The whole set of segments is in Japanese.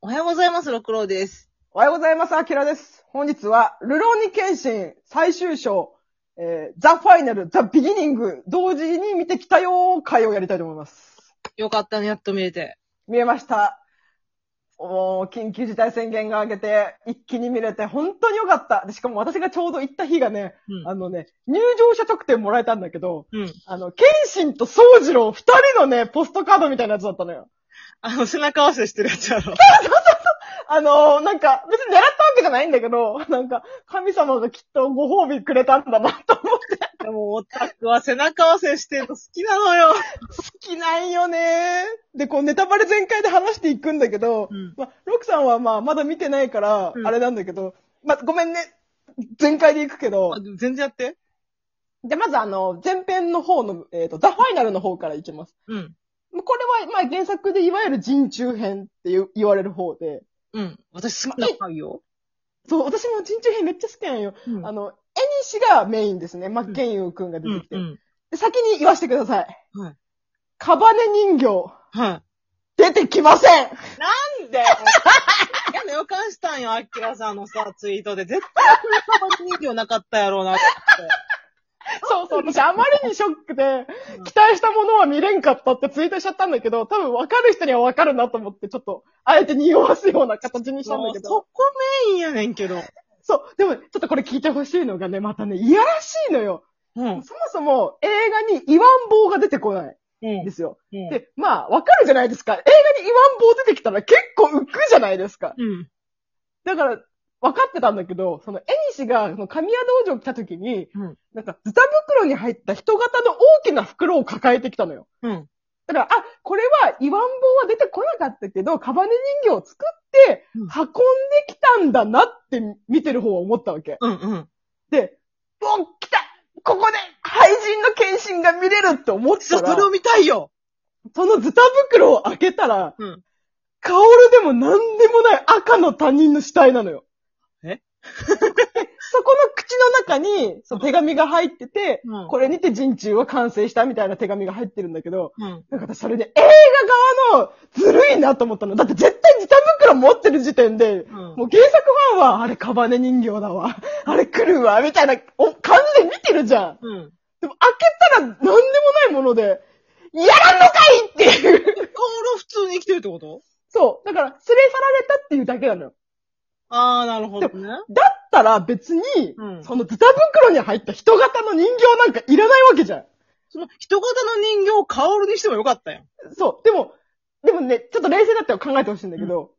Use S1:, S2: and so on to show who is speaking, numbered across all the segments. S1: おはようございます、六郎です。
S2: おはようございます、アキラです。本日は、ルローニケンシン最終章、えー、ザ・ファイナル、ザ・ビギニング、同時に見てきたよー回をやりたいと思います。
S1: よかったね、やっと見れて。
S2: 見えました。おー、緊急事態宣言が明けて、一気に見れて、本当によかった。でしかも私がちょうど行った日がね、
S1: うん
S2: あのね、入場者特典もらえたんだけど、
S1: うん。
S2: あの、ケンシンと宗次郎二人のね、ポストカードみたいなやつだったのよ。
S1: あの、背中合わせしてるやつや ろ。
S2: あのー、なんか、別に狙ったわけじゃないんだけど、 なんか、神様がきっとご褒美くれたんだなと思って。
S1: でも、オタクは背中合わせしてるの好きなのよ。
S2: 好き ないよねで、こう、ネタバレ全開で話していくんだけど、
S1: うん
S2: まあ、ロクさんはまあ、まだ見てないから
S1: う、ん
S2: あれなんだけど、まあ、ごめんね。全開でいくけど
S1: あ。全然やって。
S2: で、まずあの、前編の方の、えっ、と、ザ・ファイナルの方からいきます。
S1: うん。
S2: これは、まあ、原作でいわゆる人中編っていう言われる方で、
S1: うん。私好きな回よ。
S2: そう、私も人中編めっちゃ好きなんよ。
S1: うん
S2: あの、エニシがメインですね。マッケンユーくんが出
S1: う
S2: て
S1: ん
S2: き。て。
S1: うん。
S2: で先に言わせてください。
S1: はい。
S2: カバネ人形、
S1: は
S2: 出てきませ
S1: い。
S2: ん
S1: なんで嫌な予感したんよ、アキラさんのさ、ツイートで。絶対、カバネ人形なかったやろうなって。
S2: そうそう。私、あまりにショックで、期待したものは見れんかったってツイートしちゃったんだけど、多分分かる人には分かるなと思って、ちょっと、あえて匂わすような形にしたんだ
S1: もう
S2: け
S1: そ
S2: ど。
S1: こメインやねんけど。
S2: そう。でも、ちょっとこれ聞いてほしいのがね、またね、いやらしいのよ。
S1: うん。
S2: そもそも、映画にイワンボウが出てこない
S1: うん
S2: んですよ。
S1: うん。
S2: で、まあ、分かるじゃないですか。映画にイワンボウ出てきたら結構浮くじゃないですか。
S1: うん。
S2: だから、分かってたんだけど、その、エニシが、その、神谷道場来た時に、
S1: うん
S2: なんか、ズタ袋に入った人型の大きな袋を抱えてきたのよ。
S1: うん。
S2: だから、あ、これは、イワンボウは出てこなかったけど、カバネ人形を作って、
S1: う
S2: 運
S1: ん
S2: んできたんだなって、見てる方は思ったわけ。
S1: うん。うん。
S2: で、お、来たここで、廃人の献身が見れるって思っ
S1: そ
S2: た
S1: うそ
S2: ら
S1: れ、を見たいよ。
S2: そのズタ袋を開けたら、
S1: うん
S2: カオルでも何でもない赤の他人の死体なのよ。
S1: え
S2: そこの口の中に、そう手紙が入ってて、
S1: うん
S2: これにて人中は完成したみたいな手紙が入ってるんだけど、
S1: うん。
S2: なんか私それね、映画側のずるいなと思ったの。だって絶対自他袋持ってる時点で、
S1: うん
S2: もう原作ファンは、あれカバネ人形だわ、あれ来るわ、みたいなお感じで見てるじゃん。
S1: うん。
S2: でも開けたら何でもないもので、やらんのかいっていう。
S1: え俺は普通に生きてるってこと
S2: そう。だから、連れ去られたっていうだけなのよ。
S1: ああ、なるほどね。
S2: だったら別に、
S1: うん
S2: そのズタ袋に入った人型の人形なんかいらないわけじゃん。
S1: その人型の人形をカオルにしてもよかったやん。
S2: そう。でも、でもね、ちょっと冷静だったら考えてほしいんだけど、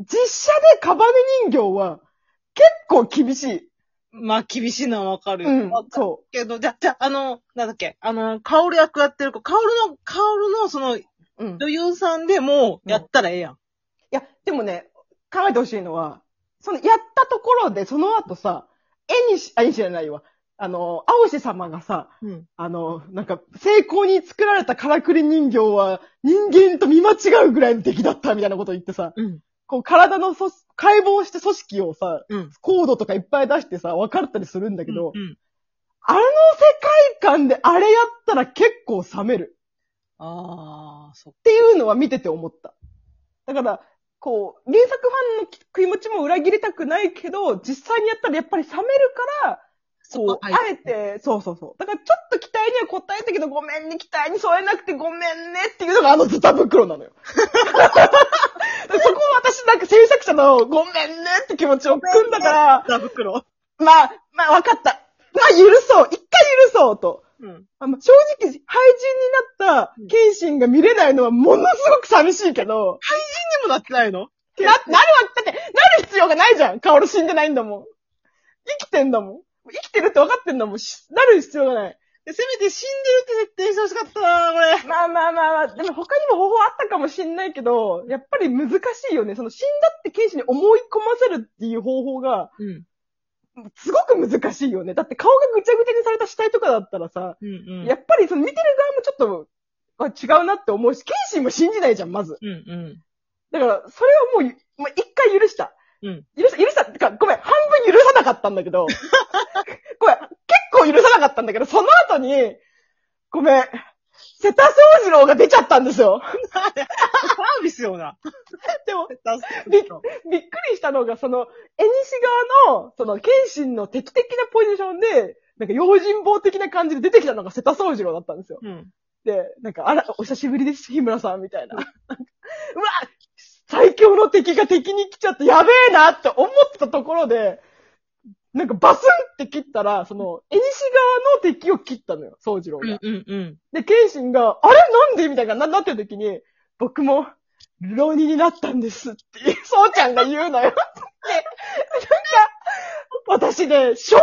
S2: 実写でカバネ人形は結構厳しい。
S1: まあ、厳しいのはわかるよ。
S2: うん
S1: わ。かる
S2: そ
S1: けど、じゃ、じゃ、あの、なんだっけ、あの、カオル役やってる子、カオルの、カオルの、その、
S2: う。うん。い
S1: 女優さんでもう、やったらええやん。
S2: や、でもね、考えてほしいのは、その、やったところで、その後さ、絵にし、あ、絵にしじゃないわ。あの、青石様がさ、
S1: うん。
S2: あの、なんか、成功に作られたからくり人形は人間と見間違うぐらいの敵だったみたいなこと言ってさ、
S1: うん。
S2: こう体の組織解剖して組織をさ、
S1: うん。
S2: コードとかいっぱい出してさ、分かったりするんだけど、
S1: うん。
S2: あの世界観であれやったら結構冷める
S1: ああ、そっ
S2: っていうのは見てて思った。だから、こう、原作ファンの気持ちも裏切りたくないけど、実際にやったらやっぱり冷めるから、
S1: そ
S2: こ
S1: こ
S2: う、
S1: は
S2: あ
S1: い
S2: えて、そうそうそう。だからちょっと期待には応えたけど、ごめんね、期待に添えなくてごめんねっていうのがあのズタ袋なのよ。そこを私なんか制作者のごめんねって気持ちを組んだか
S1: か。
S2: ら、
S1: 袋。
S2: まあ、まあわかった。まあ許そう。一回許そうと。
S1: うん。
S2: あまあ正直、廃人になった、謙信が見れないのはものすごく寂しいけど、
S1: でもなってないの
S2: な、なるわ、だって、なる必要がないじゃん。カオル死んでないんだもん。生きてんだもん。生きてるって分かってんだもん。しなる必要がない。
S1: えせめて死んでるって設定してほしかったな、これ。
S2: まあまあまあまあ、でも他にも方法あったかもしんないけど、やっぱり難しいよね。その死んだって剣士に思い込ませるっていう方法が、
S1: うん。
S2: すごく難しいよね。だって顔がぐちゃぐちゃにされた死体とかだったらさ、
S1: うんうん。
S2: やっぱりその見てる側もちょっと、あ違うなって思うし、剣士も信じないじゃん、まず。
S1: うんうん。
S2: だから、それはもう、まあ、一回許した。
S1: うん。
S2: 許した、許したってか、ごめん、半分許さなかったんだけど、 ごめん、結構許さなかったんだけど、その後に、ごめん、瀬田宗次郎が出ちゃったんですよ。
S1: サービスよな。
S2: でも、
S1: びっ
S2: びっくりしたのが、その、絵西側の、その、謙信の敵的なポジションで、なんか、用心棒的な感じで出てきたのが瀬田宗次郎だったんですよ。
S1: うん。
S2: で、なんか、あら、お久しぶりです、日村さん、みたいな。なんかうわ最強の敵が敵に来ちゃって、やべえなって思ってたところで、なんか、バスンって切ったら、その、絵西側の敵を切ったのよ、宗次郎
S1: う
S2: が
S1: ん。うんうん。
S2: で、謙信が、あれなんでみたいな、な、なってる時に、僕も、浪人になったんですって、そうちゃんが言 うのよ。で、なんか、私ね、少年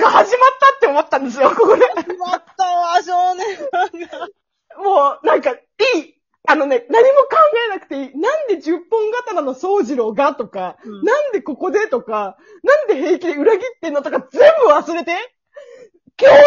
S2: 漫画始まったって思ったんですよ、これ。
S1: 決まったわ、少年漫画。
S2: もう、なんか、いい。あのね、何も考えなくていい。なんで十本刀の宗次郎がとか、
S1: うん
S2: なんでここでとか、なんで平気で裏切ってんのとか全部忘れて、共闘っ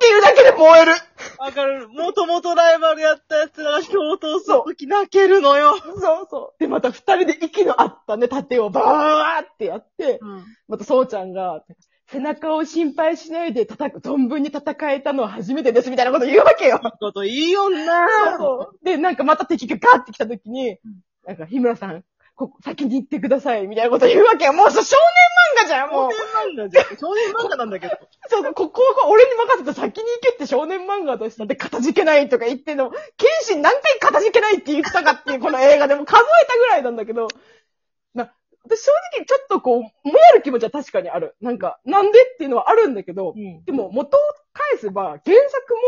S2: ていうだけで燃える。
S1: わかる。もともとライバルやった奴らが共闘するとき泣けるのよ。
S2: そうそう。で、また二人で息の合ったね、盾をバーってやって、
S1: うん。
S2: またそうちゃんが、背中を心配しないで叩く、存分に戦えたのは初めてですみたいなこと言うわけよ。
S1: こといいよな
S2: そうで、なんかまた敵がガーって来た時に、なんか、日村さん、ここ、先に行ってください、みたいなこと言うわけよ。もうそう、少年漫画じゃん、
S1: 少
S2: もう
S1: 年。漫画じゃん。少年漫画なんだけど。
S2: そうそう、ここは俺に任せて先に行けって少年漫画として、で、かたじけないとか言ってんのも、剣心何回かたじけないって言ったかっていう、この映画でも数えたぐらいなんだけど、な、私正直ちょっとこう、もやる気持ちは確かにある。なんか、なんでっていうのはあるんだけど、
S1: ん。
S2: でも元を返せば、原作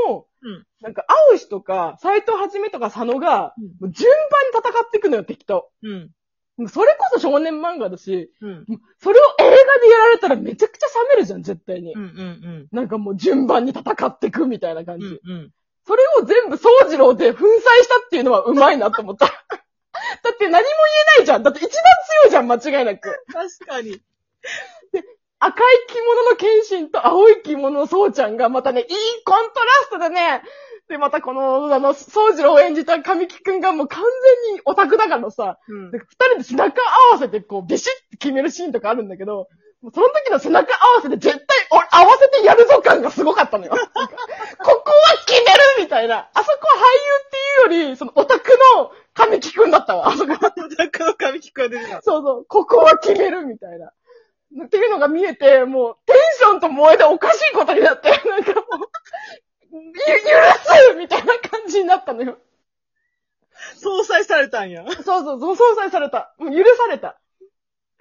S2: も、
S1: うん
S2: なんか、青石とか、斎藤はじめとか佐野が、
S1: うん
S2: もう順番に戦っていくのよ、敵と。
S1: うん。
S2: もうそれこそ少年漫画だし、
S1: うん。
S2: それを映画でやられたらめちゃくちゃ冷めるじゃん、絶対に。
S1: うん。うん。
S2: なんかもう順番に戦っていくみたいな感
S1: う
S2: じ。
S1: ん。うん。
S2: それを全部宗次郎で粉砕したっていうのはうまいなと思った。だ って何も言えないじゃん。だって一番強いじゃん、間違いなく。
S1: 確かに。
S2: 赤い着物の謙信と青い着物の宗ちゃんがまたね、いいコントラストでね、で、またこの、あの、宗次郎を演じた神木くんがもう完全にオタクだからさ、
S1: うん
S2: なんか二人で背中合わせてこう、ビシッて決めるシーンとかあるんだけど、もうその時の背中合わせで絶対お合わせてやるぞ感がすごかったのよ。なん かここは決めるみたいな。あそこは俳優っていうより、そのオタクの神木くんだったわ、あそこ。
S1: なんかの髪聞こえてるな。
S2: そうそう、ここは決めるみたいな。っていうのが見えて、もう、テンションと燃えておかしいことになって、なんかもう、ゆ許すみたいな感じになったのよ。
S1: 相殺されたんや。
S2: そうそう、そう相殺された。もう許された。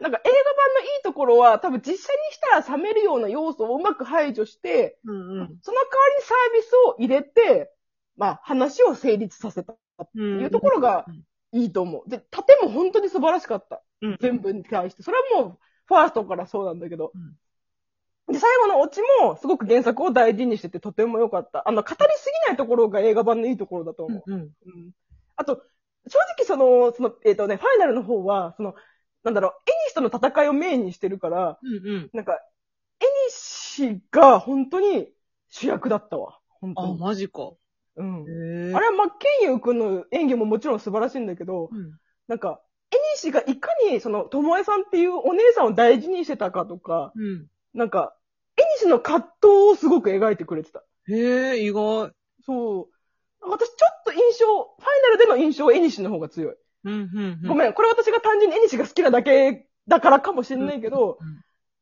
S2: なんか映画版のいいところは、多分実際にしたら冷めるような要素をうまく排除して、
S1: うんう
S2: その代わりにサービスを入れて、まあ話を成立させたって
S1: ん
S2: いうところがいいと思う。で、盾も本当に素晴らしかった。
S1: うん。
S2: 全部に対して。それはもう、ファーストからそうなんだけど
S1: う。
S2: で、最後のオチも、すごく原作を大事にしてて、とても良かった。あの、語りすぎないところが映画版のいいところだと思う。
S1: うん。
S2: うんあと、正直その、その、えっ、とね、ファイナルの方は、その、なんだろう、エニシとの戦いをメインにしてるから、
S1: うんうん。
S2: なんか、エニシが本当に主役だったわ。本当
S1: あ、
S2: に。
S1: マジか。
S2: うん。
S1: え
S2: あれはマッケンユー君の演技ももちろん素晴らしいんだけど、
S1: うん。
S2: なんか、エニシがいかにその、ともえさんっていうお姉さんを大事にしてたかとか、
S1: うん。
S2: なんか、エニシの葛藤をすごく描いてくれてた。
S1: へえ、意外。
S2: そう。私ちょっと印象、ファイナルでの印象はエニシの方が強い。
S1: うん、うん、うん。
S2: ごめん、これ私が単純にエニシが好きなだけだからかもしれないけど、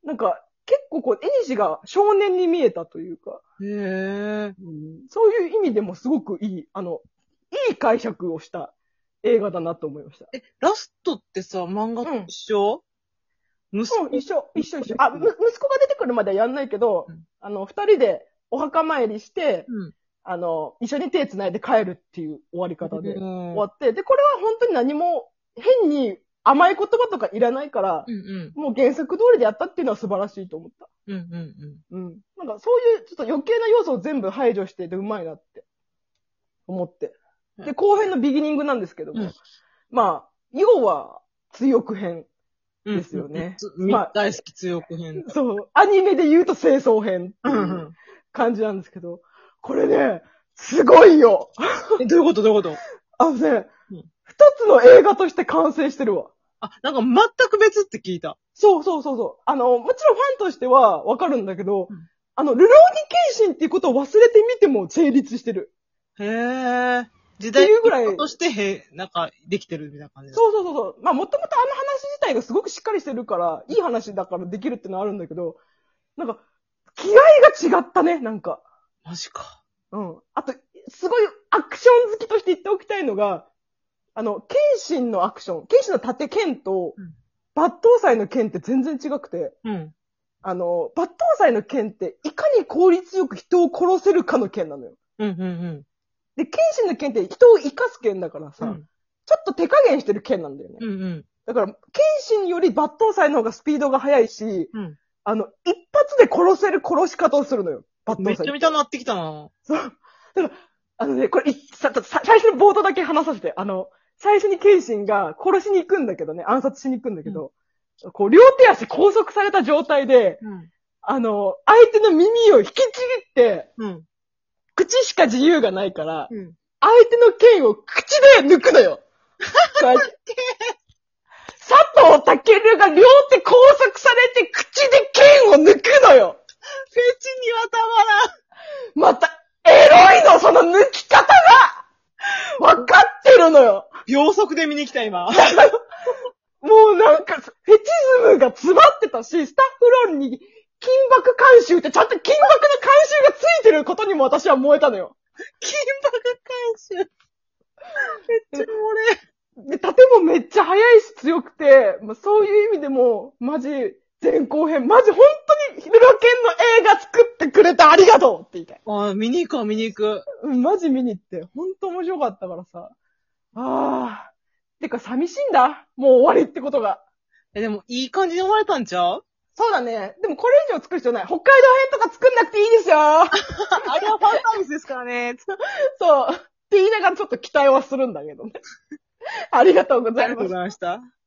S2: なんか結構こう、エニシが少年に見えたというか、
S1: へえ。
S2: そういう意味でもすごくいい、あの、いい解釈をした映画だなと思いました。
S1: え、ラストってさ、漫画と一緒、息
S2: うん、一緒、一緒一緒。あ、
S1: あ
S2: む、息子が出てくるまではやんないけど、
S1: うん
S2: あの、二人でお墓参りして、
S1: うん
S2: あの、一緒に手繋いで帰るっていう終わり方で。
S1: うん
S2: 終わって、で、これは本当に何も変に甘い言葉とかいらないから
S1: う、んうん。
S2: もう原作通りでやったっていうのは素晴らしいと思った。
S1: うんうんうん。
S2: うん。なんかそういうちょっと余計な要素を全部排除しててうまいなって思って。
S1: う
S2: で、後編のビギニングなんですけども、
S1: うん
S2: まあ、要は、強く編。
S1: うん
S2: ですよね
S1: つみ
S2: まあ
S1: 大好き強く編。
S2: そう、アニメで言うと清掃編って
S1: う
S2: い
S1: ん
S2: う感じなんですけど、これね、すごいよ
S1: え、どういうことどういうこと
S2: あのね
S1: うん、
S2: 二つの映画として完成してるわ。
S1: あ、なんか全く別って聞いた。
S2: そうそうそうそう。あの、もちろんファンとしてはわかるんだけど、
S1: うん
S2: あの、ルローニケンシンっていうことを忘れてみても成立してる。
S1: へえ。時
S2: って
S1: 代
S2: いうぐらい
S1: として、へ、なんか、できてるみたいな感じだ
S2: そうそうそうそう。まあ、もともとあの話自体がすごくしっかりしてるから、いい話だからできるってのはあるんだけど、なんか、気合が違ったね、なんか。
S1: マジか。
S2: うん。あと、すごいアクション好きとして言っておきたいのが、あの、剣心のアクション、剣心の盾剣と
S1: うん、
S2: 抜刀斎の剣って全然違くて、
S1: うん。
S2: あの、抜刀斎の剣って、いかに効率よく人を殺せるかの剣なのよ。
S1: うん、うん、
S2: で、剣心の剣って人を生かす剣だから
S1: う
S2: さ、
S1: ん。うん、
S2: ちょっと手加減してる剣なんだよね。
S1: うん、うん。
S2: だから、剣心より抜刀斎の方がスピードが速いし、
S1: うん
S2: あの、一発で殺せる殺し方をするのよ。抜
S1: め
S2: 刀
S1: っちゃ
S2: 斎。
S1: 見たなってきたな。
S2: あのね、これ、いささ最初の冒頭だけ話させて、あの、最初に剣心が殺しに行くんだけどね、暗殺しに行くんだけど、こう、両手足拘束された状態で、
S1: うん。
S2: あの、相手の耳を引きちぎって、
S1: うん。
S2: 口しか自由がないから、
S1: うん。
S2: 相手の剣を口で抜くのよ。こうやって佐藤健が両手拘束されて口で剣を抜くのよ。
S1: フェチにはたまらん。
S2: また、エロいの、その抜き方がわかってるのよ。
S1: 秒速で見に来た、今。
S2: もうなんか、フェチズムが詰まってたし、スタッフロールに金箔監修ってちゃんと金箔の監修がついてることにも私は燃えたのよ。
S1: 金箔回収。めっちゃ俺。
S2: で、盾もめっちゃ速いし強くて、まあ、そういう意味でも、マジ、前後編、マジ本当に、ルロケンの映画作ってくれてありがとうって言いたい。
S1: あー、見に行こう、見に行く。
S2: うん、マジ見に行って、本当面白かったからさ。あー。てか寂しいんだ。もう終わりってことが。
S1: え、でも、いい感じに終われたんちゃう
S2: そうだね。でもこれ以上作る必要ない。北海道編とか作んなくていいですよ
S1: あれはファンサービスですからね。
S2: そう。って言いながらちょっと期待はするんだけどね。ありがとうご
S1: あ
S2: ざ
S1: り
S2: い
S1: がとう
S2: ま
S1: ご
S2: す
S1: ざ。いました。